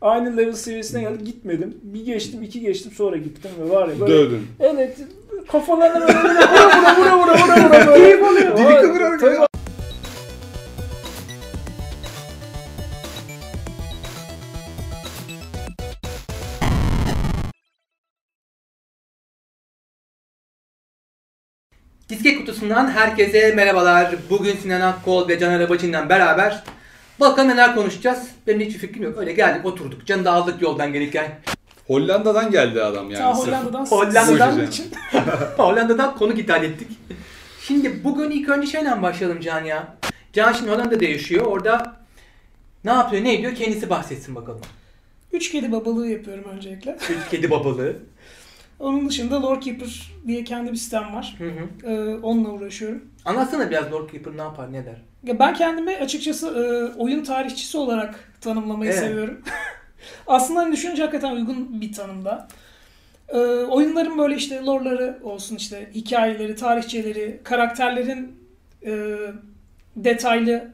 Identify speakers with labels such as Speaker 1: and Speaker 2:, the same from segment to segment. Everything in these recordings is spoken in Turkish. Speaker 1: Aynı level seviyesine geldik gitmedim. Bir geçtim iki geçtim sonra gittim ve var ya böyle.
Speaker 2: Dövdün.
Speaker 1: Evet kafalarına böyle böyle vura vura vura vura vura vura böyle.
Speaker 2: Keyif alıyor. Dili
Speaker 1: Vay,
Speaker 2: kıvırarak
Speaker 1: tabii
Speaker 2: ya.
Speaker 3: Diske kutusundan herkese merhabalar. Bugün Sinan Akkol ve Caner Abacı'ndan beraber bakalım neler konuşacağız. Benim hiçbir fikrim yok. Öyle geldik oturduk. Canı da aldık yoldan gelirken.
Speaker 2: Hollanda'dan geldi adam
Speaker 1: Ta
Speaker 2: yani. sırf.
Speaker 1: Hollanda'dan
Speaker 3: Hollanda'dan
Speaker 1: Hollanda'dan
Speaker 2: mı?
Speaker 1: için.
Speaker 3: Hollanda'dan konuk ithal ettik. Şimdi bugün ilk önce şeyle başlayalım Can ya. Can şimdi Hollanda'da yaşıyor. Orada ne yapıyor ne ediyor kendisi bahsetsin bakalım.
Speaker 4: Üç kedi babalığı yapıyorum öncelikle.
Speaker 3: Üç kedi babalığı.
Speaker 4: Onun dışında Lorekeeper diye kendi bir sitem var.
Speaker 3: Hı hı.
Speaker 4: Ee, onunla uğraşıyorum.
Speaker 3: Anlatsana biraz Lord Keeper ne yapar ne der.
Speaker 4: Ya ben kendimi açıkçası e, oyun tarihçisi olarak tanımlamayı
Speaker 3: Evet.
Speaker 4: seviyorum. Aslında hani düşününce hakikaten uygun bir tanımda. Ee, oyunların böyle işte lore'ları olsun işte hikayeleri, tarihçeleri, karakterlerin e, detaylı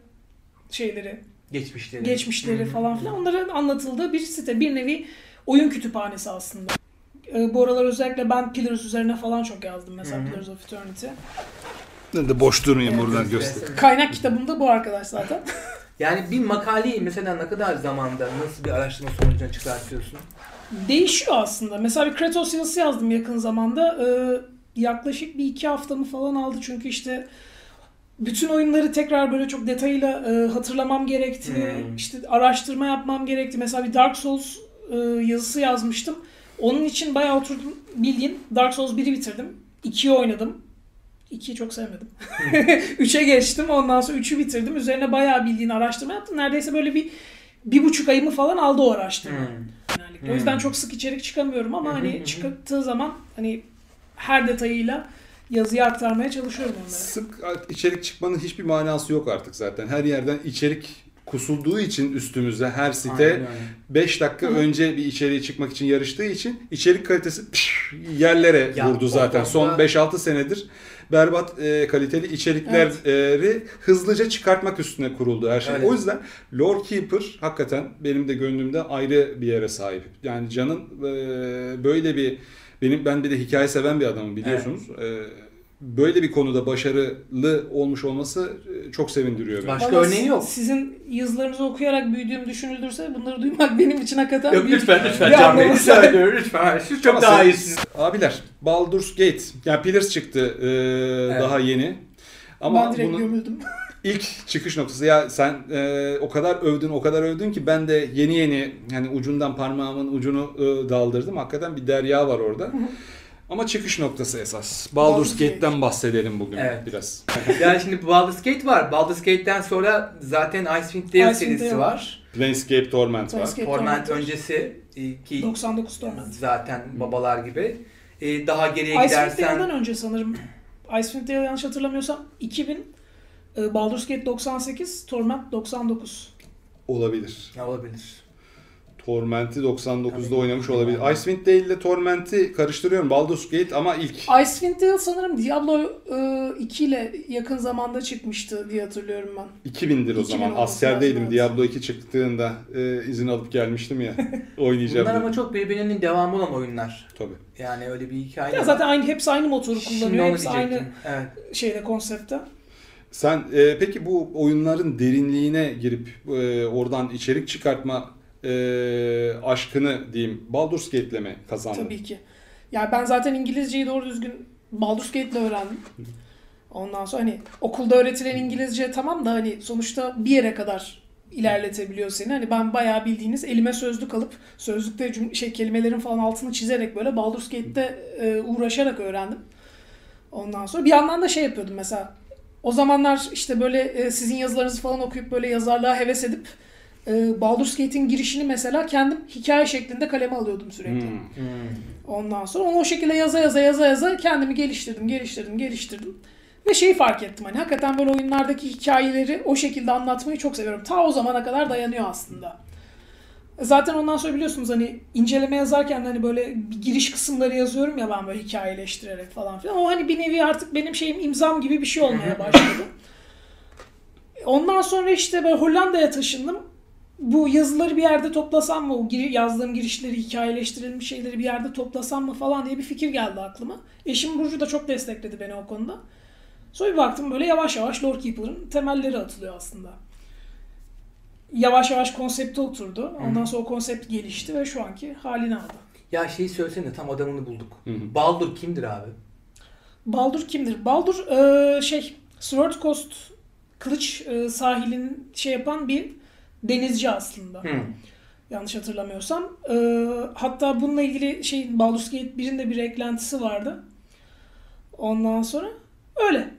Speaker 4: şeyleri,
Speaker 3: Geçmişleri.
Speaker 4: geçmişleri
Speaker 3: Hı hı.
Speaker 4: falan filan onların anlatıldığı bir site. Bir nevi oyun kütüphanesi aslında. Ee, bu aralar özellikle ben Pillars üzerine falan çok yazdım mesela
Speaker 3: Hı hı.
Speaker 4: Pillars of Eternity.
Speaker 2: Ben de boş durmayayım
Speaker 4: Evet,
Speaker 2: buradan göster.
Speaker 4: Kaynak kitabımda bu arkadaş zaten.
Speaker 3: Yani bir makaleyi mesela ne kadar zamanda nasıl bir araştırma sonucuna çıkartıyorsun?
Speaker 4: Değişiyor aslında. Mesela bir Kratos yazısı yazdım yakın zamanda. Ee, yaklaşık bir iki haftamı falan aldı çünkü işte bütün oyunları tekrar böyle çok detayıyla e, hatırlamam gerekti.
Speaker 3: Hmm.
Speaker 4: İşte araştırma yapmam gerekti. Mesela bir Dark Souls e, yazısı yazmıştım. Onun için bayağı oturdum. Bildiğin Dark Souls 1'i bitirdim. 2'yi oynadım. 2'yi çok sevmedim. 3'e geçtim. Ondan sonra 3'ü bitirdim. Üzerine bayağı bildiğin araştırma yaptım. Neredeyse böyle bir bir buçuk ayımı falan aldı o araştırma. Genellikle. O yüzden
Speaker 3: Hmm.
Speaker 4: çok sık içerik çıkamıyorum ama
Speaker 3: Hı hı hı
Speaker 4: hani
Speaker 3: hı.
Speaker 4: çıktığı zaman hani her detayıyla yazıya aktarmaya çalışıyorum onları.
Speaker 2: Sık içerik çıkmanın hiçbir manası yok artık zaten. Her yerden içerik kusulduğu için üstümüze her
Speaker 3: Aynen
Speaker 2: site
Speaker 3: öyle.
Speaker 2: 5 dakika
Speaker 4: Hı.
Speaker 2: önce bir içeriğe çıkmak için yarıştığı için içerik kalitesi püf, yerlere
Speaker 3: Ya,
Speaker 2: vurdu
Speaker 3: o
Speaker 2: zaten.
Speaker 3: konuda-
Speaker 2: Son 5-6 senedir berbat e, kaliteli içerikleri hızlıca çıkartmak üstüne kuruldu her şey.
Speaker 3: Öyle.
Speaker 2: O yüzden Lore Keeper hakikaten benim de gönlümde ayrı bir yere sahip. Yani Can'ın e, böyle bir benim ben bir de hikaye seven bir adamım biliyorsunuz. E, böyle bir konuda başarılı olmuş olması e, çok sevindiriyor beni.
Speaker 3: Başka
Speaker 4: Vallahi
Speaker 3: örneği yok.
Speaker 4: Sizin yazılarınızı okuyarak büyüdüğüm düşünülürse bunları duymak benim için hakikaten
Speaker 3: Yok
Speaker 4: büyük-
Speaker 3: lütfen lütfen
Speaker 4: Ya,
Speaker 3: Can Bey
Speaker 4: ama-
Speaker 3: rica ediyorum lütfen. Siz çok
Speaker 2: Ama
Speaker 3: daha
Speaker 2: sen-
Speaker 3: iyisiniz.
Speaker 2: Abiler Baldur's Gate yani Pillars çıktı e, daha yeni. Ama
Speaker 4: ben direkt
Speaker 2: bunun
Speaker 4: gömüldüm.
Speaker 2: ilk çıkış noktası ya sen e, o kadar övdün o kadar övdün ki ben de yeni yeni yani ucundan parmağımın ucunu e, daldırdım. Hakikaten bir derya var orada. Ama çıkış noktası esas. Baldur's
Speaker 4: Baldur's Gate.
Speaker 2: Gate'den bahsedelim bugün
Speaker 3: Evet.
Speaker 2: biraz.
Speaker 3: yani şimdi Baldur's Gate var. Baldur's Gate'den sonra zaten Icewind Dale
Speaker 4: Icewind
Speaker 3: serisi
Speaker 4: Dale Şey,
Speaker 3: var.
Speaker 2: Planescape Torment var.
Speaker 4: Planescape
Speaker 3: Torment
Speaker 4: Torment.
Speaker 3: öncesi e, ki
Speaker 4: 99 Torment.
Speaker 3: zaten babalar gibi. E, daha geriye
Speaker 4: Icewind Dale'den
Speaker 3: gidersen
Speaker 4: önce sanırım. Icewind Dale yanlış hatırlamıyorsam 2000, e, Baldur's Gate 98, Torment 99.
Speaker 2: Olabilir.
Speaker 3: ne olabilir?
Speaker 2: Torment'i 99'da
Speaker 3: Tabii.
Speaker 2: oynamış olabilir. Icewind Dale ile Torment'i karıştırıyorum. Baldur's Gate ama ilk.
Speaker 4: Icewind Dale sanırım Diablo e, 2 ile yakın zamanda çıkmıştı diye hatırlıyorum ben.
Speaker 2: 2000'dir o
Speaker 4: 2000
Speaker 2: zaman.
Speaker 4: olması
Speaker 2: Askerdeydim.
Speaker 4: lazım, evet.
Speaker 2: Diablo 2 çıktığında e, izin alıp gelmiştim ya. Oynayacağım.
Speaker 3: Bunlar
Speaker 2: dedim.
Speaker 3: ama çok birbirinin devamı olan oyunlar.
Speaker 2: Tabii.
Speaker 3: Yani öyle bir hikaye.
Speaker 4: Ya
Speaker 3: var.
Speaker 4: zaten aynı hepsi aynı motoru
Speaker 3: Şimdi
Speaker 4: kullanıyor.
Speaker 3: onu
Speaker 4: Hepsi
Speaker 3: diyecektim.
Speaker 4: aynı
Speaker 3: Evet.
Speaker 4: şeyde konsepte.
Speaker 2: Sen e, peki bu oyunların derinliğine girip e, oradan içerik çıkartma e, aşkını diyeyim Baldur's Gate'le mi kazandın?
Speaker 4: Tabii ki. Ya ben zaten İngilizceyi doğru düzgün Baldur's Gate'le öğrendim. Ondan sonra hani okulda öğretilen İngilizce tamam da hani sonuçta bir yere kadar ilerletebiliyor seni. Hani ben bayağı bildiğiniz elime sözlük alıp sözlükte cüm- şey kelimelerin falan altını çizerek böyle Baldur's Gate'de e, uğraşarak öğrendim. Ondan sonra bir yandan da şey yapıyordum mesela. O zamanlar işte böyle e, sizin yazılarınızı falan okuyup böyle yazarlığa heves edip e, Baldur's Gate'in girişini mesela kendim hikaye şeklinde kaleme alıyordum sürekli.
Speaker 2: Hmm.
Speaker 3: Hmm.
Speaker 4: Ondan sonra onu o şekilde yaza yaza yaza yaza kendimi geliştirdim, geliştirdim, geliştirdim. Ve şeyi fark ettim hani hakikaten böyle oyunlardaki hikayeleri o şekilde anlatmayı çok seviyorum. Ta o zamana kadar dayanıyor aslında. Zaten ondan sonra biliyorsunuz hani inceleme yazarken hani böyle bir giriş kısımları yazıyorum ya ben böyle hikayeleştirerek falan filan. O hani bir nevi artık benim şeyim imzam gibi bir şey olmaya başladı. Ondan sonra işte böyle Hollanda'ya taşındım. bu yazıları bir yerde toplasam mı, o giri- yazdığım girişleri, hikayeleştirilmiş şeyleri bir yerde toplasam mı falan diye bir fikir geldi aklıma. Eşim Burcu da çok destekledi beni o konuda. Sonra bir baktım böyle yavaş yavaş Lord Keeper'ın temelleri atılıyor aslında. Yavaş yavaş konsepte oturdu. Ondan sonra o konsept gelişti ve şu anki halini aldı.
Speaker 3: Ya şeyi söylesene tam adamını bulduk.
Speaker 2: Hı hı.
Speaker 3: Baldur kimdir abi?
Speaker 4: Baldur kimdir? Baldur eee, şey Sword Coast kılıç eee, sahilin şey yapan bir denizci aslında.
Speaker 3: Hı.
Speaker 4: Yanlış hatırlamıyorsam. Eee, hatta bununla ilgili şey Baldur's Gate 1'in de bir eklentisi vardı. Ondan sonra öyle.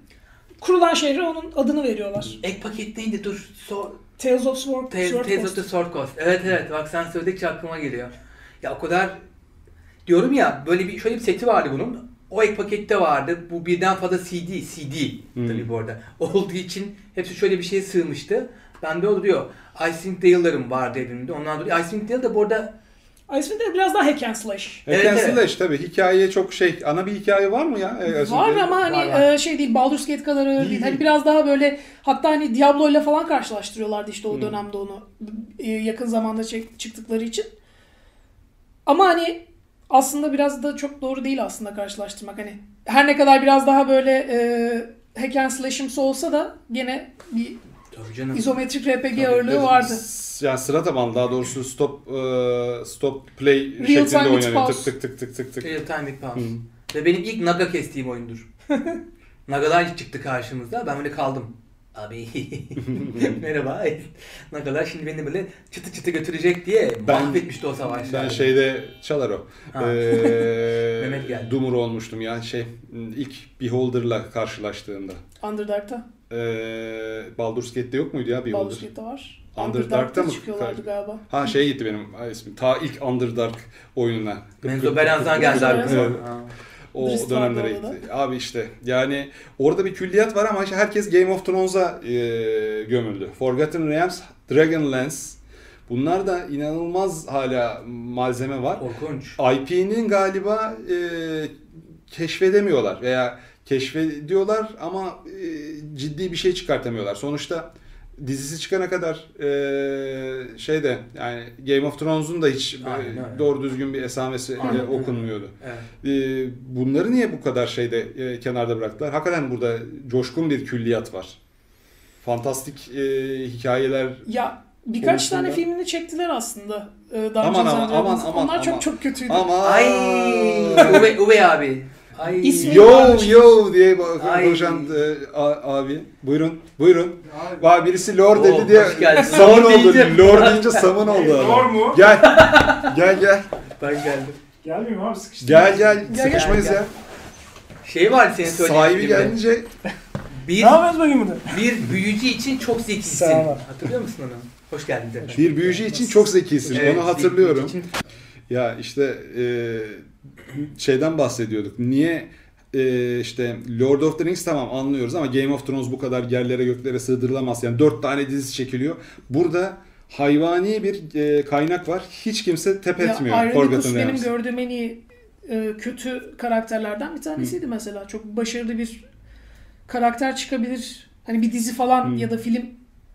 Speaker 4: Kurulan şehre onun adını veriyorlar.
Speaker 3: Ek paket neydi dur. Sor,
Speaker 4: Tales of Sword,
Speaker 3: Tales,
Speaker 4: Sword
Speaker 3: Tales of
Speaker 4: Coast.
Speaker 3: the Sword Coast. Evet evet bak sen söyledikçe aklıma geliyor. Ya o kadar diyorum ya böyle bir şöyle bir seti vardı bunun. O ek pakette vardı. Bu birden fazla CD, CD
Speaker 2: Hmm.
Speaker 3: tabii bu arada. Olduğu için hepsi şöyle bir şeye sığmıştı. Bende o duruyor. Icewind Dale'larım vardı evimde. Onlar duruyor. Icewind Dale de bu arada
Speaker 4: Icewind Dale biraz daha hack and slash.
Speaker 2: Evet,
Speaker 3: Evet, evet.
Speaker 2: Slash tabii hikaye çok şey ana bir hikaye var mı ya? Ee, aslında-
Speaker 4: Var ama hani
Speaker 3: Var, var.
Speaker 4: eee, şey değil Baldur's Gate kadar ağır
Speaker 2: Değil,
Speaker 4: değil. Hani
Speaker 2: değil.
Speaker 4: biraz daha böyle hatta hani Diablo ile falan karşılaştırıyorlardı işte o
Speaker 2: Hı.
Speaker 4: dönemde onu eee, yakın zamanda çek- çıktıkları için. Ama hani aslında biraz da çok doğru değil aslında karşılaştırmak. Hani her ne kadar biraz daha böyle eee hack and slash'imsi olsa da gene bir
Speaker 3: Tabii canım.
Speaker 4: izometrik
Speaker 2: Tabii,
Speaker 4: RPG ağırlığı
Speaker 2: evet.
Speaker 4: vardı.
Speaker 2: S- Yani sıra tabanlı daha doğrusu stop e, stop play
Speaker 4: Real
Speaker 2: şeklinde
Speaker 4: time with
Speaker 2: oynanıyor. Tık
Speaker 4: pause.
Speaker 2: tık tık tık tık tık.
Speaker 3: Real Time with Pals.
Speaker 2: Hı.
Speaker 3: Ee, Ve benim ilk Naga kestiğim oyundur. Nagalar çıktı karşımıza. Ben böyle kaldım. Abi merhaba. Nagalar şimdi beni böyle çıtı çıtı götürecek diye
Speaker 2: Ben-
Speaker 3: mahvetmişti o savaş.
Speaker 2: Ben şey- şeyde çalar o.
Speaker 3: Ha.
Speaker 2: Ee,
Speaker 3: Mehmet geldi.
Speaker 2: Dumur olmuştum ya şey ilk Beholder'la karşılaştığımda.
Speaker 4: Underdark'ta.
Speaker 2: Ee, Baldur's Gate'de yok muydu ya Beholder?
Speaker 4: Baldur's Gate'de var.
Speaker 2: Underdark'ta mı?
Speaker 4: çıkıyorlardı galiba.
Speaker 2: Ha şeye gitti benim ay, ismim. Ta ilk Underdark oyununa.
Speaker 3: Menzo Beranzan geldi abi.
Speaker 2: Evet.
Speaker 3: Ha.
Speaker 2: O
Speaker 4: Bristol'da
Speaker 2: dönemlere
Speaker 4: orada.
Speaker 2: gitti. Abi işte yani orada bir külliyat var ama herkes Game of Thrones'a e, gömüldü. Forgotten Realms, Dragonlance. Bunlar da inanılmaz hala malzeme var.
Speaker 3: Korkunç.
Speaker 2: IP'nin galiba e, keşfedemiyorlar veya keşfediyorlar ama e, ciddi bir şey çıkartamıyorlar. Sonuçta dizisi çıkana kadar e, şeyde yani Game of Thrones'un da hiç e,
Speaker 3: Aynen öyle.
Speaker 2: doğru düzgün bir esamesi e,
Speaker 3: Aynen öyle.
Speaker 2: okunmuyordu.
Speaker 3: Evet.
Speaker 2: E, bunları niye bu kadar şeyde e, kenarda bıraktılar? Hakikaten burada coşkun bir külliyat var. Fantastik e, hikayeler
Speaker 4: Ya birkaç
Speaker 2: Konusunda-
Speaker 4: tane filmini çektiler aslında. Ee, Daha
Speaker 2: Aman
Speaker 4: aman,
Speaker 2: aman, aman,
Speaker 4: Onlar
Speaker 2: aman,
Speaker 4: çok
Speaker 2: aman.
Speaker 4: çok kötüydü.
Speaker 2: ama
Speaker 3: Ay, Uwe, Uwe abi. Ay.
Speaker 4: İsmi-
Speaker 2: Yo yo diye bak-
Speaker 3: Ay.
Speaker 2: konuşan e, a- abi. Buyurun. Buyurun.
Speaker 5: Abi.
Speaker 2: Vay birisi lord
Speaker 3: Oo,
Speaker 2: dedi diye
Speaker 3: Oh, hoş geldin.
Speaker 2: saman
Speaker 3: Lord
Speaker 2: oldu.
Speaker 3: deyince-
Speaker 2: Lord deyince saman oldu
Speaker 5: Zor
Speaker 2: adam.
Speaker 5: mu?
Speaker 2: Gel. Gel gel.
Speaker 3: Ben geldim.
Speaker 1: Gelmiyor mu abi sıkıştı.
Speaker 2: Gel gel.
Speaker 4: gel.
Speaker 2: Sıkışmayız
Speaker 3: Gel,
Speaker 2: ya.
Speaker 3: Şey var senin söylediğin
Speaker 2: Sahibi
Speaker 3: gibi.
Speaker 2: gelince
Speaker 3: Bir,
Speaker 1: Ne yapıyoruz bugün burada?
Speaker 3: bir büyücü için çok zekisin.
Speaker 1: Sağ ol.
Speaker 3: Hatırlıyor musun onu? Hoş geldin tekrar.
Speaker 2: bir büyücü için çok zekisin.
Speaker 3: Evet,
Speaker 2: Onu hatırlıyorum.
Speaker 3: büyücü için-
Speaker 2: Ya işte e, şeyden bahsediyorduk. Niye e, işte Lord of the Rings tamam anlıyoruz ama Game of Thrones bu kadar yerlere göklere sığdırılamaz. Yani dört tane dizisi çekiliyor. Burada hayvani bir e, kaynak var. Hiç kimse tep
Speaker 4: Ya
Speaker 2: etmiyor.
Speaker 4: Ironicus
Speaker 2: Forgotten
Speaker 4: benim
Speaker 2: Realms.
Speaker 4: gördüğüm en iyi e, kötü karakterlerden bir tanesiydi mesela. Çok başarılı bir karakter çıkabilir. Hani bir dizi falan
Speaker 2: Hı.
Speaker 4: ya da film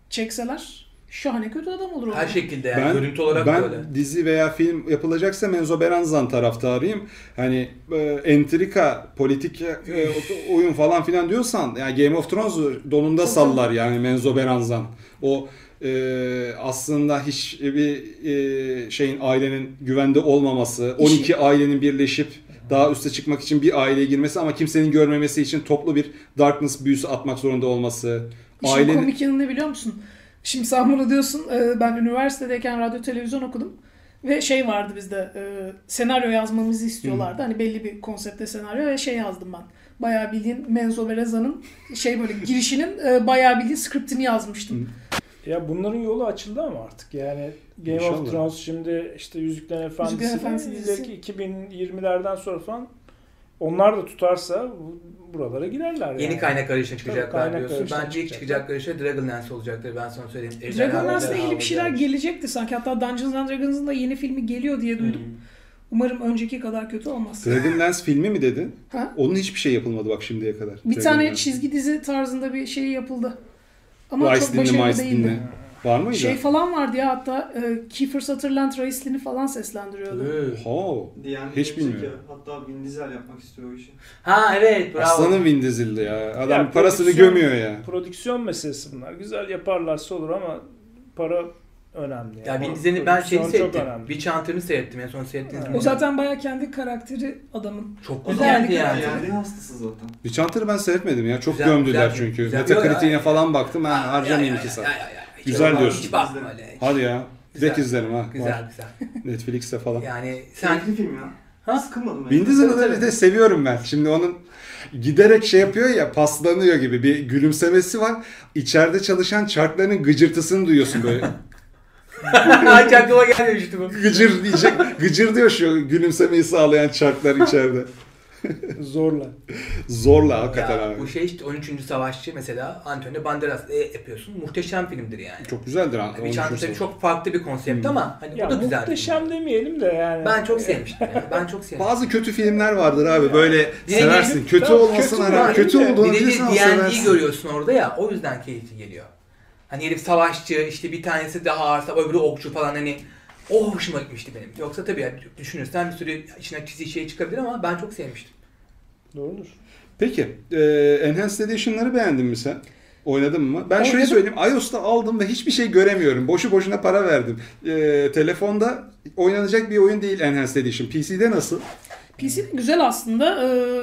Speaker 4: çekseler şahane kötü adam olur. o
Speaker 3: Her şey
Speaker 4: zaman.
Speaker 3: şekilde yani
Speaker 2: Ben,
Speaker 3: görüntü olarak
Speaker 2: ben
Speaker 3: böyle.
Speaker 2: dizi veya film yapılacaksa Menzo Beranzan taraftarıyım. Hani e, entrika, politik e, oyun falan filan diyorsan yani Game of Thrones donunda
Speaker 4: Tabii,
Speaker 2: sallar yani Menzo Beranzan. O e, aslında hiçbir e, şeyin ailenin güvende olmaması, 12 ailenin birleşip daha üste çıkmak için bir aileye girmesi ama kimsenin görmemesi için toplu bir darkness büyüsü atmak zorunda olması.
Speaker 4: İşin
Speaker 2: ailenin-
Speaker 4: komik yanı ne biliyor musun? Şimdi sen bunu diyorsun. e, Ben üniversitedeyken radyo televizyon okudum. Ve şey vardı bizde. e, Senaryo yazmamızı istiyorlardı. Hani belli bir konsepte senaryo ve şey yazdım ben. Bayağı bildiğin Menzo Bereza'nın şey böyle girişinin e, bayağı bildiğin skriptini yazmıştım.
Speaker 1: Ya bunların yolu açıldı ama artık yani Game
Speaker 2: İnşallah.
Speaker 1: of Thrones şimdi işte Yüzüklerin Efendisi,
Speaker 4: Efendisi dizisi.
Speaker 1: ileriki 2020'lerden sonra falan onlar da tutarsa bu- buralara girerler yani.
Speaker 3: Yeni kaynak arayışına çıkacaklar
Speaker 1: kaynak
Speaker 3: diyorsun.
Speaker 1: arayışına
Speaker 3: Bence ilk
Speaker 1: çıkacaklar.
Speaker 3: çıkacakları şey Dragonlance olacaktır. Ben sana söyleyeyim.
Speaker 4: Dragonlance'la
Speaker 3: Ejderhalar,
Speaker 4: ilgili bir şeyler
Speaker 3: havalar.
Speaker 4: gelecekti sanki. Hatta Dungeons and Dragons'ın da yeni filmi geliyor diye duydum.
Speaker 3: Hmm.
Speaker 4: Umarım önceki kadar kötü olmaz.
Speaker 2: Dragonlance filmi mi dedin?
Speaker 4: Ha?
Speaker 2: Onun hiçbir şey yapılmadı bak şimdiye kadar.
Speaker 4: Bir tane
Speaker 2: Dragonlance.
Speaker 4: çizgi dizi tarzında bir şey yapıldı. Ama
Speaker 2: Rice
Speaker 4: çok
Speaker 2: dinle,
Speaker 4: başarılı
Speaker 2: Mice
Speaker 4: değildi.
Speaker 2: dinle. Var mıydı?
Speaker 4: Şey falan vardı ya hatta e, Kiefer Sutherland Reis Lynn'i falan seslendiriyordu.
Speaker 2: Oha.
Speaker 5: Diyen
Speaker 2: Hiç
Speaker 5: Hiç
Speaker 2: bilmiyorum.
Speaker 5: Hatta Vin Diesel yapmak istiyor o işi.
Speaker 3: Ha evet bravo.
Speaker 2: Aslanın Vin Diesel'di ya. Adam
Speaker 1: Ya,
Speaker 2: parasını
Speaker 1: prodüksiyon-
Speaker 2: gömüyor ya.
Speaker 1: Prodüksiyon meselesi bunlar. Güzel yaparlarsa olur ama para önemli. yani.
Speaker 3: Ya Vin Diesel'i ben şey
Speaker 1: Prodüksiyon
Speaker 3: şeyini
Speaker 1: çok
Speaker 3: seyrettim.
Speaker 1: önemli.
Speaker 3: Bir çantanı seyrettim en son seyrettiğiniz
Speaker 1: Evet.
Speaker 3: mi?
Speaker 4: O zaten baya kendi karakteri adamın.
Speaker 3: çok
Speaker 4: o
Speaker 3: güzeldi
Speaker 4: zaman-
Speaker 3: yani.
Speaker 5: Yani hastası zaten.
Speaker 2: Bir çantarı ben seyretmedim ya. Çok
Speaker 3: Güzel-
Speaker 2: gömdüler
Speaker 3: güzel-
Speaker 2: çünkü.
Speaker 3: güzel-
Speaker 2: Metacritic'e
Speaker 3: Yok ya.
Speaker 2: falan baktım.
Speaker 3: Ya, ya,
Speaker 2: Ha, harcamayayım
Speaker 3: ya,
Speaker 2: iki saat.
Speaker 3: ya, ya, ya. Hiç
Speaker 2: Güzel
Speaker 3: bakma,
Speaker 2: diyorsun.
Speaker 3: Hiç bakma öyle.
Speaker 2: Hadi ya. Direkt
Speaker 3: Güzel.
Speaker 2: izlerim ha.
Speaker 3: Güzel
Speaker 2: Var.
Speaker 3: güzel.
Speaker 2: Netflix'te falan.
Speaker 3: Yani sen
Speaker 5: Keyifli film ya.
Speaker 3: Ha?
Speaker 5: Sıkılmadım.
Speaker 2: Vin Diesel'ı da de seviyorum ben. Şimdi onun giderek şey yapıyor ya paslanıyor gibi bir gülümsemesi var. İçeride çalışan çarkların gıcırtısını duyuyorsun böyle.
Speaker 3: hiç aklıma gelmemişti bu.
Speaker 2: gıcır diyecek. Gıcır diyor şu gülümsemeyi sağlayan çarklar içeride.
Speaker 1: Zorla.
Speaker 2: Zorla hakikaten
Speaker 3: Ya,
Speaker 2: abi.
Speaker 3: bu şey işte 13. Savaşçı mesela Antonio Banderas e, yapıyorsun. Muhteşem filmdir yani.
Speaker 2: Çok güzeldir. ha, onu
Speaker 3: bir çanta
Speaker 2: düşünsene.
Speaker 3: tabii Hani çok farklı bir konsept ama hani
Speaker 1: Ya
Speaker 3: o da güzel.
Speaker 1: muhteşem demeyelim de yani.
Speaker 3: Ben çok sevmiştim. Yani. Ben çok sevmiştim.
Speaker 2: Bazı kötü filmler vardır abi. Böyle
Speaker 3: Yine
Speaker 2: seversin.
Speaker 3: gelip-
Speaker 2: Kötü
Speaker 1: Tamam,
Speaker 2: olmasına
Speaker 1: kötü
Speaker 2: rağmen
Speaker 1: var.
Speaker 2: kötü
Speaker 1: Bir de-
Speaker 2: olduğunu
Speaker 3: Bir de bir
Speaker 2: bilirsin ama
Speaker 3: D&D
Speaker 2: seversin.
Speaker 3: görüyorsun orada ya o yüzden keyifli geliyor. Hani herif savaşçı işte bir tanesi daha ağır savaş öbürü okçu falan hani o hoşuma gitmişti benim. Yoksa tabii ya düşünürsen bir sürü içine çizgi şey çıkabilir ama ben çok sevmiştim.
Speaker 1: Doğrudur.
Speaker 2: Peki. E, Enhanced Edition'ları beğendin mi sen? Oynadın mı? Ben şöyle
Speaker 4: Oynadım.
Speaker 2: söyleyeyim. iOS'ta aldım ve hiçbir şey göremiyorum. Boşu boşuna para verdim. E, telefonda oynanacak bir oyun değil Enhanced Edition. PC'de nasıl?
Speaker 4: PC güzel aslında. Ee,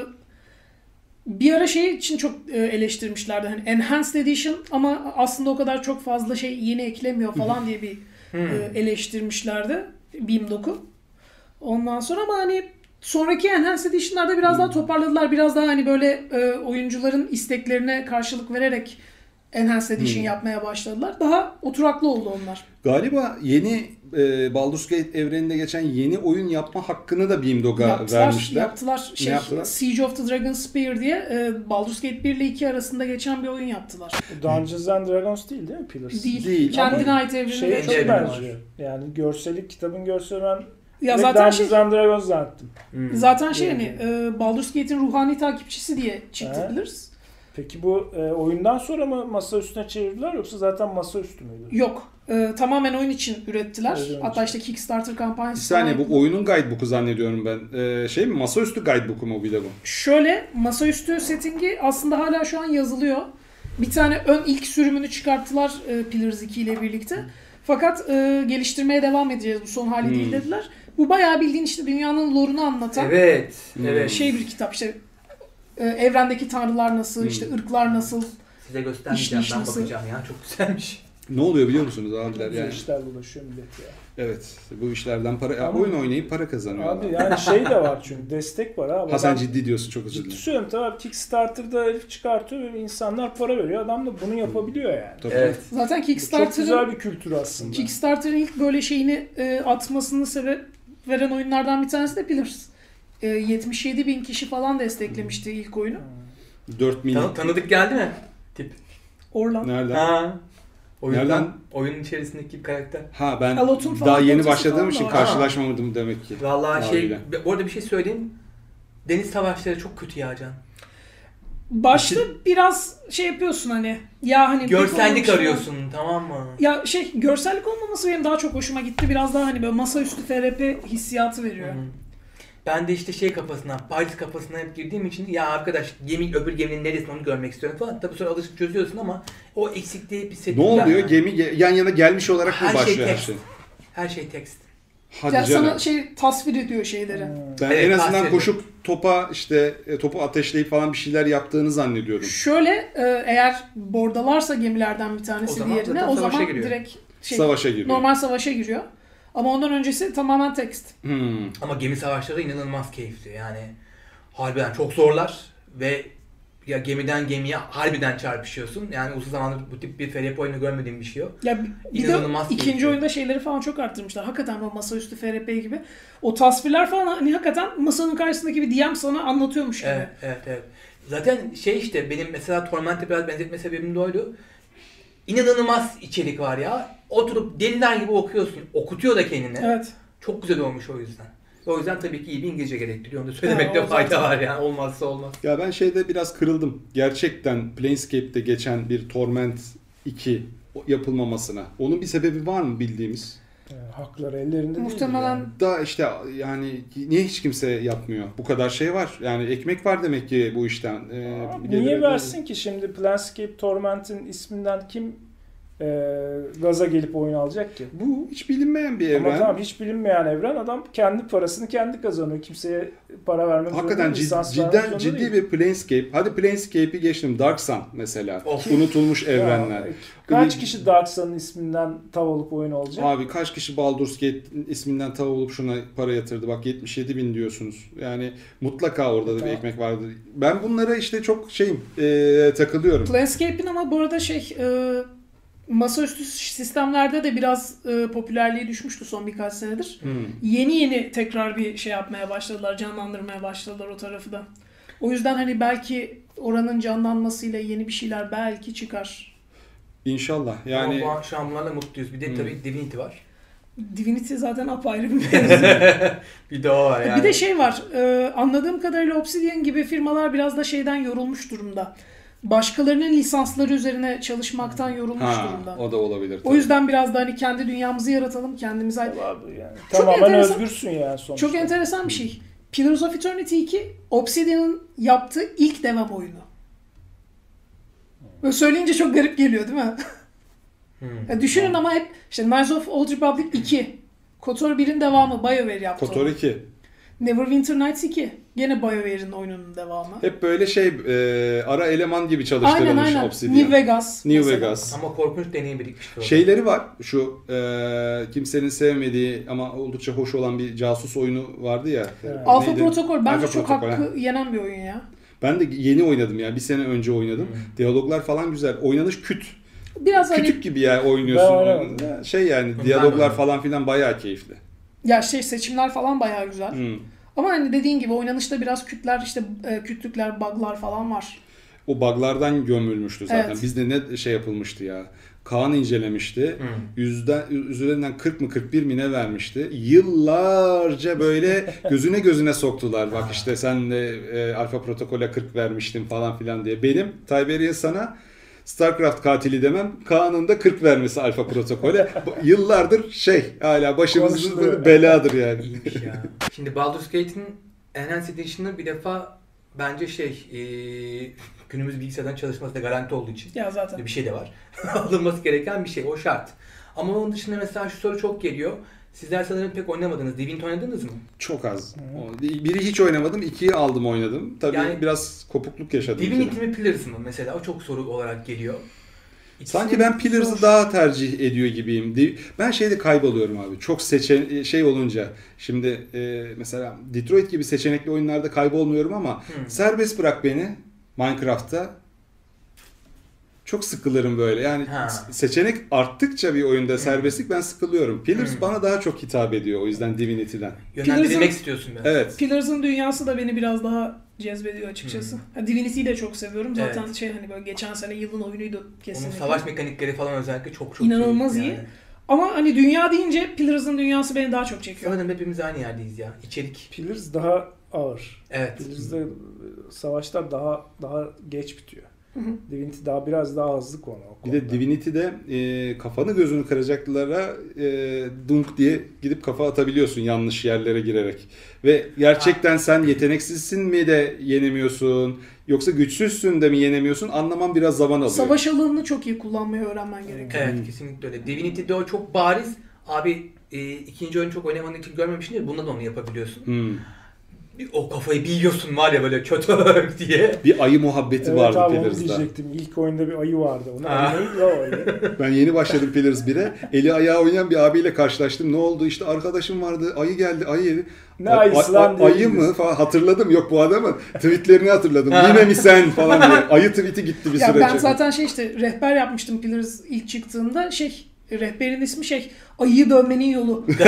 Speaker 4: bir ara şey için çok e, eleştirmişlerdi. Hani Enhanced Edition ama aslında o kadar çok fazla şey yeni eklemiyor falan diye bir
Speaker 2: Hmm.
Speaker 1: Ee,
Speaker 4: e, eleştirmişlerdi. BIM9. Ondan sonra ama hani sonraki Enhanced Edition'larda biraz daha toparladılar. Biraz daha hani böyle e, oyuncuların isteklerine karşılık vererek Enhanced Edition yapmaya başladılar. Daha oturaklı oldu onlar.
Speaker 2: Galiba yeni e, Baldur's Gate evreninde geçen yeni oyun yapma hakkını da Beam Dog'a
Speaker 4: yaptılar,
Speaker 2: vermişler.
Speaker 4: yaptılar. Şey,
Speaker 2: yaptılar?
Speaker 4: Siege of the Dragon Spear diye e, Baldur's Gate 1 ile 2 arasında geçen bir oyun yaptılar.
Speaker 1: Dungeons and Dragons değil değil mi Pillars?
Speaker 4: Değil.
Speaker 2: Değil
Speaker 4: Kendine
Speaker 2: ama
Speaker 4: ait evrenine
Speaker 1: Şey
Speaker 4: geçen.
Speaker 1: çok
Speaker 3: Evrenim var.
Speaker 1: benziyor. Yani görsellik kitabın görseli ben
Speaker 4: Ya
Speaker 1: direkt
Speaker 4: zaten şey,
Speaker 1: Dungeons and Dragons zannettim.
Speaker 4: zaten şey hani e, Baldur's Gate'in ruhani takipçisi diye çıktı
Speaker 1: He.
Speaker 4: Pillars.
Speaker 1: Peki bu e, oyundan sonra mı masa üstüne çevirdiler yoksa zaten masa üstü müydü?
Speaker 4: Yok. e, tamamen oyun için ürettiler.
Speaker 1: Oyun
Speaker 4: Hatta
Speaker 1: için.
Speaker 4: işte Kickstarter kampanyası.
Speaker 2: bir saniye
Speaker 4: falan
Speaker 2: bu oyunun guidebook'u zannediyorum ben. E, şey mi masaüstü guidebook'u mu bir de bu?
Speaker 4: Şöyle masaüstü settingi aslında hala şu an yazılıyor. Bir tane ön ilk sürümünü çıkarttılar e, Pillars 2 ile birlikte. Fakat e, geliştirmeye devam edeceğiz bu son hali değil
Speaker 2: Hmm.
Speaker 4: dediler. Bu bayağı bildiğin işte dünyanın lore'unu anlatan
Speaker 3: Evet.
Speaker 2: Hmm.
Speaker 3: Evet.
Speaker 4: şey bir kitap işte e, evrendeki tanrılar nasıl,
Speaker 2: Hmm.
Speaker 4: işte ırklar nasıl.
Speaker 3: Size göstermeyeceğim
Speaker 4: İşin
Speaker 3: ben
Speaker 4: işlisi.
Speaker 3: bakacağım ya çok güzelmiş.
Speaker 2: Ne oluyor biliyor musunuz abiler
Speaker 1: Bu
Speaker 2: yani?
Speaker 1: işler dolaşıyor millet ya.
Speaker 2: Evet bu işlerden para ya
Speaker 1: Ama-
Speaker 2: oyun oynayıp para kazanıyorlar.
Speaker 1: Abi yani şey de var çünkü destek var abi.
Speaker 2: Hasan
Speaker 1: Adam-
Speaker 2: ciddi diyorsun çok özür
Speaker 1: Ciddi
Speaker 2: dilerim.
Speaker 1: söylüyorum tamam Kickstarter'da herif çıkartıyor ve insanlar para veriyor. Adam da bunu yapabiliyor yani.
Speaker 2: Tabii.
Speaker 3: Evet.
Speaker 4: Zaten
Speaker 1: Bu Çok
Speaker 4: Kickstarter'ın
Speaker 1: güzel bir kültür aslında.
Speaker 4: Kickstarter'ın ilk böyle şeyini e, atmasını sebep veren oyunlardan bir tanesi de Pillars. E, 77 bin kişi falan desteklemişti
Speaker 2: Hmm.
Speaker 4: ilk oyunu.
Speaker 2: 4 milyon.
Speaker 3: Tan- tanıdık geldi mi?
Speaker 4: Orlan.
Speaker 2: Nereden? Ha,
Speaker 3: Ha. Oyundan,
Speaker 2: Nereden?
Speaker 3: Oyunun içerisindeki bir karakter.
Speaker 2: ben
Speaker 4: Kalotun falan
Speaker 2: daha yeni
Speaker 4: fotosu
Speaker 2: başladığım
Speaker 4: falan da
Speaker 2: için
Speaker 4: var.
Speaker 2: karşılaşmamadım demek ki.
Speaker 3: Vallahi şey,
Speaker 2: Harbiden.
Speaker 3: be- bu arada bir şey söyleyeyim. Deniz savaşları çok kötü ya Can.
Speaker 4: Başta biraz şey yapıyorsun hani ya hani pek olmamış
Speaker 3: Görsellik
Speaker 4: ama-
Speaker 3: arıyorsun tamam mı?
Speaker 4: Ya şey görsellik olmaması benim daha çok hoşuma gitti. Biraz daha hani böyle masaüstü FRP hissiyatı veriyor.
Speaker 2: Hmm.
Speaker 3: Hı. Hmm. Ben de işte şey kafasına, Paris kafasına hep girdiğim için ya arkadaş gemi, öbür geminin neresini onu görmek istiyorum falan. Tabii sonra alışıp çözüyorsun ama o eksikliği hep
Speaker 2: Ne
Speaker 3: hissettim. ben.
Speaker 2: oluyor? Gemi ge- yan yana gelmiş olarak mı
Speaker 3: Her şey
Speaker 2: başlıyor her
Speaker 3: tekst.
Speaker 2: şey?
Speaker 3: Her şey tekst.
Speaker 2: Hadi
Speaker 4: Ya
Speaker 2: canım.
Speaker 4: sana şey tasvir ediyor şeyleri.
Speaker 2: Ben
Speaker 3: Evet,
Speaker 2: en azından
Speaker 3: bahsediyorum.
Speaker 2: koşup topa işte e, topu ateşleyip falan bir şeyler yaptığını zannediyorum.
Speaker 4: Şöyle e, eğer bordalarsa gemilerden bir tanesi
Speaker 3: O zaman
Speaker 4: diğerine
Speaker 3: zaten
Speaker 4: o
Speaker 3: savaşa
Speaker 4: zaman
Speaker 3: giriyor.
Speaker 4: direkt şey
Speaker 2: Savaşa giriyor.
Speaker 4: normal savaşa giriyor. Ama ondan öncesi tamamen tekst.
Speaker 2: Hmm.
Speaker 3: Ama gemi savaşları inanılmaz keyifli. Yani harbiden çok zorlar ve ya gemiden gemiye harbiden çarpışıyorsun. Yani uzun zamandır bu tip bir FRP oyunu görmediğim bir şey yok.
Speaker 4: Ya bi- bir de
Speaker 3: İnanılmaz
Speaker 4: ikinci
Speaker 3: keyifli.
Speaker 4: oyunda şeyleri falan çok arttırmışlar. Hakikaten bu masaüstü FRP gibi. O tasvirler falan hani hakikaten masanın karşısındaki bir DM sana anlatıyormuş gibi.
Speaker 3: Evet, evet, evet. Zaten şey işte benim mesela Torment'e biraz benzetme sebebim de oydu. İnanılmaz içerik var ya. Oturup deliler gibi okuyorsun. Okutuyor da kendini.
Speaker 4: Evet.
Speaker 3: Çok güzel olmuş o yüzden. O yüzden tabii ki iyi bir İngilizce gerektiriyor. Onu da söylemekte
Speaker 4: Ya, o
Speaker 3: fayda
Speaker 4: zaten.
Speaker 3: var yani. Olmazsa olmaz.
Speaker 2: Ya ben şeyde biraz kırıldım. Gerçekten Planescape'de geçen bir Torment 2 yapılmamasına? Onun bir sebebi var mı bildiğimiz?
Speaker 1: Yani haklar Ee, ellerinde değil.
Speaker 4: Muhtemelen
Speaker 2: Da işte yani niye hiç kimse yapmıyor? Bu kadar şey var. Yani ekmek var demek ki bu işten. Ee,
Speaker 1: Aa,
Speaker 2: bir
Speaker 1: niye
Speaker 2: geliri-
Speaker 1: versin ki şimdi Planscape Torment'in isminden kim e, gaza gelip oyun alacak ki?
Speaker 2: Bu hiç bilinmeyen bir
Speaker 1: Ama
Speaker 2: evren.
Speaker 1: tamam hiç bilinmeyen evren adam kendi parasını kendi kazanıyor. Kimseye para vermek
Speaker 2: Hakikaten
Speaker 1: değil,
Speaker 2: cid-
Speaker 1: lisans vermek
Speaker 2: cidden
Speaker 1: zorunda
Speaker 2: ciddi
Speaker 1: değil.
Speaker 2: bir Planescape. Hadi Planescape'i geçtim. Dark Sun mesela.
Speaker 3: Of.
Speaker 2: Unutulmuş
Speaker 1: Ya, e,
Speaker 2: evrenler.
Speaker 1: kaç kişi Dark Sun'ın isminden tav alıp oyun alacak?
Speaker 2: Abi kaç kişi Baldur's Gate isminden tav olup şuna para yatırdı. Bak 77 bin diyorsunuz. Yani mutlaka orada da bir
Speaker 1: Tamam.
Speaker 2: ekmek vardır. Ben bunlara işte çok şeyim eee, takılıyorum.
Speaker 4: Planescape'in ama bu arada şey e, masaüstü sistemlerde de biraz e, popülerliği düşmüştü son birkaç senedir.
Speaker 2: Hmm.
Speaker 4: Yeni yeni tekrar bir şey yapmaya başladılar, canlandırmaya başladılar o tarafı da. O yüzden hani belki oranın canlanmasıyla yeni bir şeyler belki çıkar.
Speaker 2: İnşallah.
Speaker 3: Yani...
Speaker 2: Yani
Speaker 3: Ama şu an bunlarla mutluyuz. Bir de
Speaker 2: Hmm.
Speaker 3: tabii Divinity var.
Speaker 4: Divinity zaten apayrı bir mevzu.
Speaker 3: Bir de o var yani.
Speaker 4: Bir de şey var, e, anladığım kadarıyla Obsidian gibi firmalar biraz da şeyden yorulmuş durumda. Başkalarının lisansları üzerine çalışmaktan yorulmuş
Speaker 2: ha,
Speaker 4: durumda.
Speaker 2: o da olabilir.
Speaker 4: O yüzden biraz da hani kendi dünyamızı yaratalım, kendimize ait.
Speaker 1: Abi yani.
Speaker 4: Çok
Speaker 1: Tamamen
Speaker 4: enteresan-
Speaker 1: özgürsün yani sonuçta.
Speaker 4: Çok enteresan bir şey. Pillars of Eternity 2 Obsidian'ın yaptığı ilk devam oyunu. Böyle söyleyince çok garip geliyor değil mi?
Speaker 3: Hmm.
Speaker 4: Ya düşünün ama hep işte Knights of Old Republic 2, KOTOR 1'in devamı BioWare yaptı.
Speaker 2: Kotor
Speaker 4: onu.
Speaker 2: 2.
Speaker 4: Neverwinter Nights 2 gene BioWare'in oyununun devamı.
Speaker 2: Hep böyle şey eee, ara eleman gibi çalıştırılmış
Speaker 4: aynen aynen.
Speaker 2: Obsidian.
Speaker 4: New Vegas.
Speaker 2: New
Speaker 4: mesela.
Speaker 2: Vegas.
Speaker 3: Ama korkunç deneyim birikmişti orada.
Speaker 2: Şeyleri var şu eee, kimsenin sevmediği ama oldukça hoş olan bir casus oyunu vardı ya.
Speaker 1: Evet.
Speaker 4: Alpha
Speaker 2: Neydi?
Speaker 4: Protocol bence
Speaker 2: Alpha
Speaker 4: çok
Speaker 2: Protocol, ha.
Speaker 4: hakkı yenen bir oyun ya.
Speaker 2: Ben de yeni oynadım yani bir sene önce oynadım. Diyaloglar falan güzel. Oynanış küt.
Speaker 4: Biraz hani
Speaker 2: Kütük gibi ya oynuyorsun.
Speaker 1: Ben oynamadım.
Speaker 2: Ya Şey yani
Speaker 3: Ben
Speaker 2: diyaloglar
Speaker 3: oynamadım.
Speaker 2: falan filan bayağı keyifli. Hmm.
Speaker 4: ya şey seçimler falan bayağı güzel.
Speaker 2: Hı.
Speaker 4: Ama hani dediğin gibi oynanışta biraz kütler işte e, kütlükler, buglar falan var.
Speaker 2: O buglardan gömülmüştü zaten.
Speaker 4: Evet.
Speaker 2: Bizde ne şey yapılmıştı ya. Kaan incelemişti.
Speaker 3: Hı.
Speaker 2: Yüzden, üzerinden 40 mı 41 mi ne vermişti. Yıllarca böyle gözüne gözüne soktular. Bak işte sen de e, Alfa Protokol'e 40 vermiştin falan filan diye. Benim Tiberius sana Starcraft katili demem. Kaan'ın da 40 vermesi Alfa Protokol'e. Bu Yıllardır şey hala başımızın
Speaker 1: Konuşuluyor.
Speaker 2: beladır yani.
Speaker 3: İyiymiş ya. Şimdi Baldur's Gate'in Enhanced Edition'ı bir defa bence şey eee, günümüz bilgisayardan çalışması da garanti olduğu için
Speaker 4: Ya zaten.
Speaker 3: bir şey de var. Alınması gereken bir şey. O şart. Ama onun dışında mesela şu soru çok geliyor. Sizler sanırım pek oynamadınız. Divinity oynadınız mı?
Speaker 2: Çok az. O- Biri hiç oynamadım, ikiyi aldım oynadım. Tabii
Speaker 3: Yani-
Speaker 2: biraz kopukluk yaşadım.
Speaker 3: Divinity
Speaker 2: içinde.
Speaker 3: mi Pillars mı mesela? O çok soru olarak geliyor. İkisini-
Speaker 2: Sanki ben Pillars'ı daha tercih ediyor gibiyim. Di- Ben şeyde kayboluyorum abi. Çok seçen şey olunca. Şimdi e, mesela Detroit gibi seçenekli oyunlarda kaybolmuyorum ama
Speaker 3: Hı.
Speaker 2: serbest bırak beni Minecraft'ta. Çok sıkılırım böyle. Yani
Speaker 3: Ha.
Speaker 2: s- seçenek arttıkça bir oyunda serbestlik ben sıkılıyorum. Pillars
Speaker 3: Hı.
Speaker 2: bana daha çok hitap ediyor o yüzden Divinity'den.
Speaker 3: Yönlendirilmek
Speaker 4: Pillars'ın-
Speaker 3: istiyorsun ben.
Speaker 2: Evet.
Speaker 4: Pillars'ın dünyası da beni biraz daha cezbediyor açıkçası. Ha, Divinity'yi de çok seviyorum. Zaten
Speaker 3: Evet.
Speaker 4: şey hani böyle geçen sene yılın oyunuydu
Speaker 3: Onun
Speaker 4: kesinlikle.
Speaker 3: savaş mekanikleri falan özellikle çok çok
Speaker 4: İnanılmaz iyi.
Speaker 3: Yani.
Speaker 4: Ama hani dünya deyince Pillars'ın dünyası beni daha çok çekiyor.
Speaker 3: Sanırım hepimiz aynı yerdeyiz ya. İçerik.
Speaker 1: Pillars daha ağır.
Speaker 3: Evet.
Speaker 1: Pillars'da savaşlar daha daha geç bitiyor.
Speaker 4: Hı hı.
Speaker 1: Divinity daha biraz daha hızlı konu. o
Speaker 2: Bir de
Speaker 1: konuda.
Speaker 2: Divinity'de e, kafanı gözünü kıracaklara e, dunk diye gidip kafa atabiliyorsun yanlış yerlere girerek. Ve gerçekten sen yeteneksizsin mi de yenemiyorsun yoksa güçsüzsün de mi yenemiyorsun anlaman biraz zaman alıyor.
Speaker 4: Savaş alanını çok iyi kullanmayı öğrenmen gerekiyor.
Speaker 3: Evet kesinlikle öyle. Divinity'de o çok bariz. Abi e, ikinci oyun çok oynamadığın için görmemişsindir. Bunda da onu yapabiliyorsun.
Speaker 2: Hmm.
Speaker 3: Bir, o kafayı biliyorsun var ya böyle çötök diye.
Speaker 2: Bir ayı muhabbeti
Speaker 1: Evet
Speaker 2: vardı Ah.
Speaker 1: abi onu
Speaker 2: Pillars'da.
Speaker 1: diyecektim. İlk oyunda bir ayı vardı. Ona
Speaker 3: Ha.
Speaker 1: ayı neydi o ayı?
Speaker 2: Ben yeni başladım Pillars 1'e. Eli ayağı oynayan bir abiyle karşılaştım. Ne oldu işte arkadaşım vardı ayı geldi ayı.
Speaker 1: Ne ayısı lan diye
Speaker 2: Ayı
Speaker 1: gidiyorsun.
Speaker 2: mı falan hatırladım. Yok bu adamın tweetlerini hatırladım. Yine mi sen falan diye. Ayı tweeti gitti bir
Speaker 4: Ya
Speaker 2: süre.
Speaker 4: ben
Speaker 2: çekti.
Speaker 4: zaten şey işte rehber yapmıştım Pillars ilk çıktığında şey rehberin ismi şey ayıyı dövmenin yolu.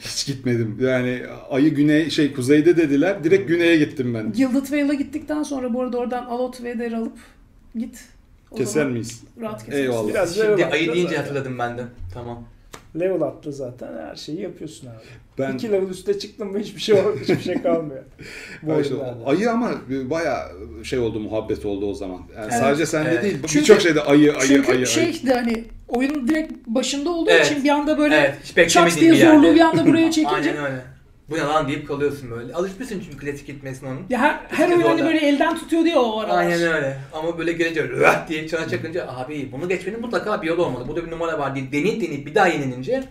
Speaker 2: Hiç gitmedim. Yani ayı güney şey kuzeyde dediler. Direkt güneye gittim ben.
Speaker 4: Gilded Vale'a gittikten sonra bu arada oradan Alot Vader alıp git. O
Speaker 2: Keser
Speaker 4: zaman
Speaker 2: miyiz?
Speaker 4: Rahat kesersin.
Speaker 2: Eyvallah.
Speaker 1: Biraz
Speaker 3: Şimdi
Speaker 1: böyle
Speaker 3: ayı
Speaker 1: baktı
Speaker 3: deyince
Speaker 1: zaten.
Speaker 3: hatırladım ben de. Tamam.
Speaker 1: Level atla zaten her şeyi yapıyorsun abi.
Speaker 2: Ben
Speaker 1: İki level üste çıktın mı hiçbir şey yok, hiçbir şey kalmıyor. Bu
Speaker 2: Ben işte
Speaker 1: oyunlarda.
Speaker 2: ayı ama baya şey oldu muhabbet oldu o zaman. Yani
Speaker 4: Evet.
Speaker 2: Sadece sende
Speaker 3: Evet.
Speaker 2: değil
Speaker 4: Çünkü-
Speaker 2: birçok şeyde ayı ayı
Speaker 4: Çünkü
Speaker 2: ayı.
Speaker 4: şey
Speaker 2: ayı.
Speaker 4: de hani oyunun direkt başında olduğu
Speaker 3: Evet.
Speaker 4: için bir anda böyle
Speaker 3: Evet, hiç
Speaker 4: çat
Speaker 3: beklemediğin
Speaker 4: diye
Speaker 3: bir yerde.
Speaker 4: zorluğu bir anda buraya
Speaker 3: Aynen
Speaker 4: çekince
Speaker 3: öyle. Bu ne lan deyip kalıyorsun böyle. Alışmışsın çünkü klasik gitmesine onun.
Speaker 4: ya her, her oyun hani böyle elden tutuyor diye o aralar.
Speaker 3: Aynen öyle. Ama böyle gelince öyle "Üah!" diye çana çakınca abi bunu geçmenin mutlaka bir yolu olmalı. Burada bir numara var diye deneyip deneyip bir daha yenilince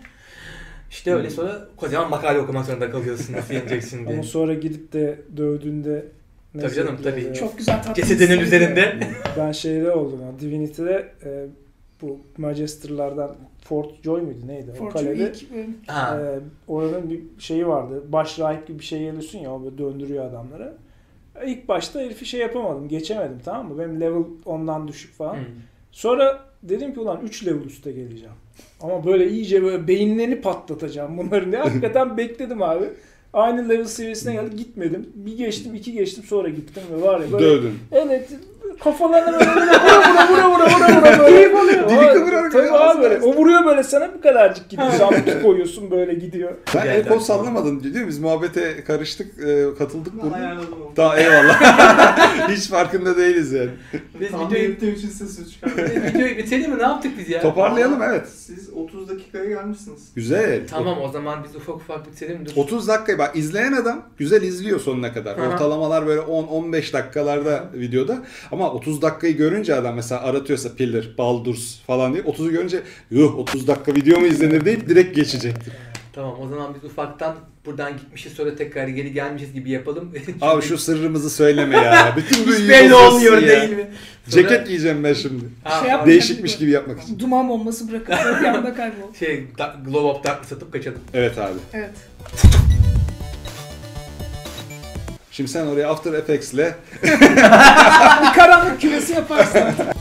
Speaker 3: işte
Speaker 4: Hmm.
Speaker 3: öyle sonra kocaman makale okumak zorunda kalıyorsun nasıl yeneceksin diye.
Speaker 1: Ama sonra gidip de dövdüğünde ne
Speaker 3: Tabii canım,
Speaker 1: zevkli
Speaker 3: tabii.
Speaker 1: oluyor.
Speaker 4: Çok güzel tatlı.
Speaker 3: Cesedinin üzerinde.
Speaker 1: Ben şeyde oldum ya. Divinity'de e, bu Magister'lardan Fort Joy muydu neydi? o
Speaker 4: Fortune
Speaker 1: kalede.
Speaker 4: ilk e,
Speaker 3: ha.
Speaker 1: E, oranın bir şeyi vardı. Baş rahip gibi bir şey geliyorsun ya. O böyle döndürüyor adamları. E, İlk başta herifi şey yapamadım. Geçemedim tamam mı? Benim level ondan düşük falan.
Speaker 3: Hı.
Speaker 1: Sonra dedim ki ulan 3 level üste geleceğim. Ama böyle iyice böyle beyinlerini patlatacağım bunların diye. Hakikaten bekledim abi. Aynı level seviyesine geldik gitmedim. Bir geçtim iki geçtim sonra gittim ve var ya böyle
Speaker 2: Dövdün.
Speaker 1: Evet. Kafalarına böyle böyle vura vura vura vura vura vura.
Speaker 2: Keyif alıyor. Dili
Speaker 1: Aa,
Speaker 2: kıvırarak
Speaker 1: Tabii
Speaker 2: böyle
Speaker 1: abi
Speaker 2: ağzına
Speaker 1: böyle.
Speaker 2: arasına.
Speaker 1: O vuruyor böyle sana bir kadarcık gidiyor. Sen bir koyuyorsun böyle gidiyor.
Speaker 2: Ben
Speaker 3: Geldi
Speaker 2: el kol
Speaker 3: aklıma.
Speaker 2: sallamadın değil mi? Biz muhabbete karıştık, e, katıldık
Speaker 5: Ben
Speaker 2: burada.
Speaker 5: ayarladım onu.
Speaker 2: Daha eyvallah. Hiç farkında değiliz yani.
Speaker 3: Biz
Speaker 5: Tahmin
Speaker 3: videoyu,
Speaker 5: ettiğim için sesi çıkardım.
Speaker 3: biz videoyu bitirelim mi? Ne yaptık biz ya?
Speaker 2: Toparlayalım evet.
Speaker 5: Siz 30 dakikaya gelmişsiniz.
Speaker 2: Güzel.
Speaker 3: Tamam o zaman biz ufak ufak bitirelim. Dur.
Speaker 2: 30 dakikayı bak izleyen adam güzel izliyor sonuna kadar.
Speaker 3: Hı hı.
Speaker 2: Ortalamalar böyle 10-15 dakikalarda videoda. Ama 30 dakikayı görünce adam mesela aratıyorsa Pillar, Baldur's falan diye 30'u görünce yuh 30 dakika video mu izlenir deyip direkt geçecektir.
Speaker 3: Tamam o zaman biz ufaktan buradan gitmişiz sonra tekrar geri gelmişiz gibi yapalım. Çünkü
Speaker 2: Abi şu sırrımızı söyleme ya. Bütün
Speaker 3: hiç
Speaker 2: büyüyü
Speaker 3: belli
Speaker 2: bozuyorsun
Speaker 3: olmuyor
Speaker 2: ya.
Speaker 3: değil mi? Sonra-
Speaker 2: Ceket giyeceğim ben şimdi.
Speaker 3: Ha,
Speaker 4: Şey yap-
Speaker 2: Değişikmiş gibi yapmak için.
Speaker 4: duman bombası bırakıp böyle bir anda kaybol.
Speaker 3: Şey, da, Glow Up Darkness atıp kaçalım.
Speaker 2: Evet abi.
Speaker 4: Evet.
Speaker 2: Şimdi sen oraya After Effects'le
Speaker 4: Bir karanlık kümesi yaparsın.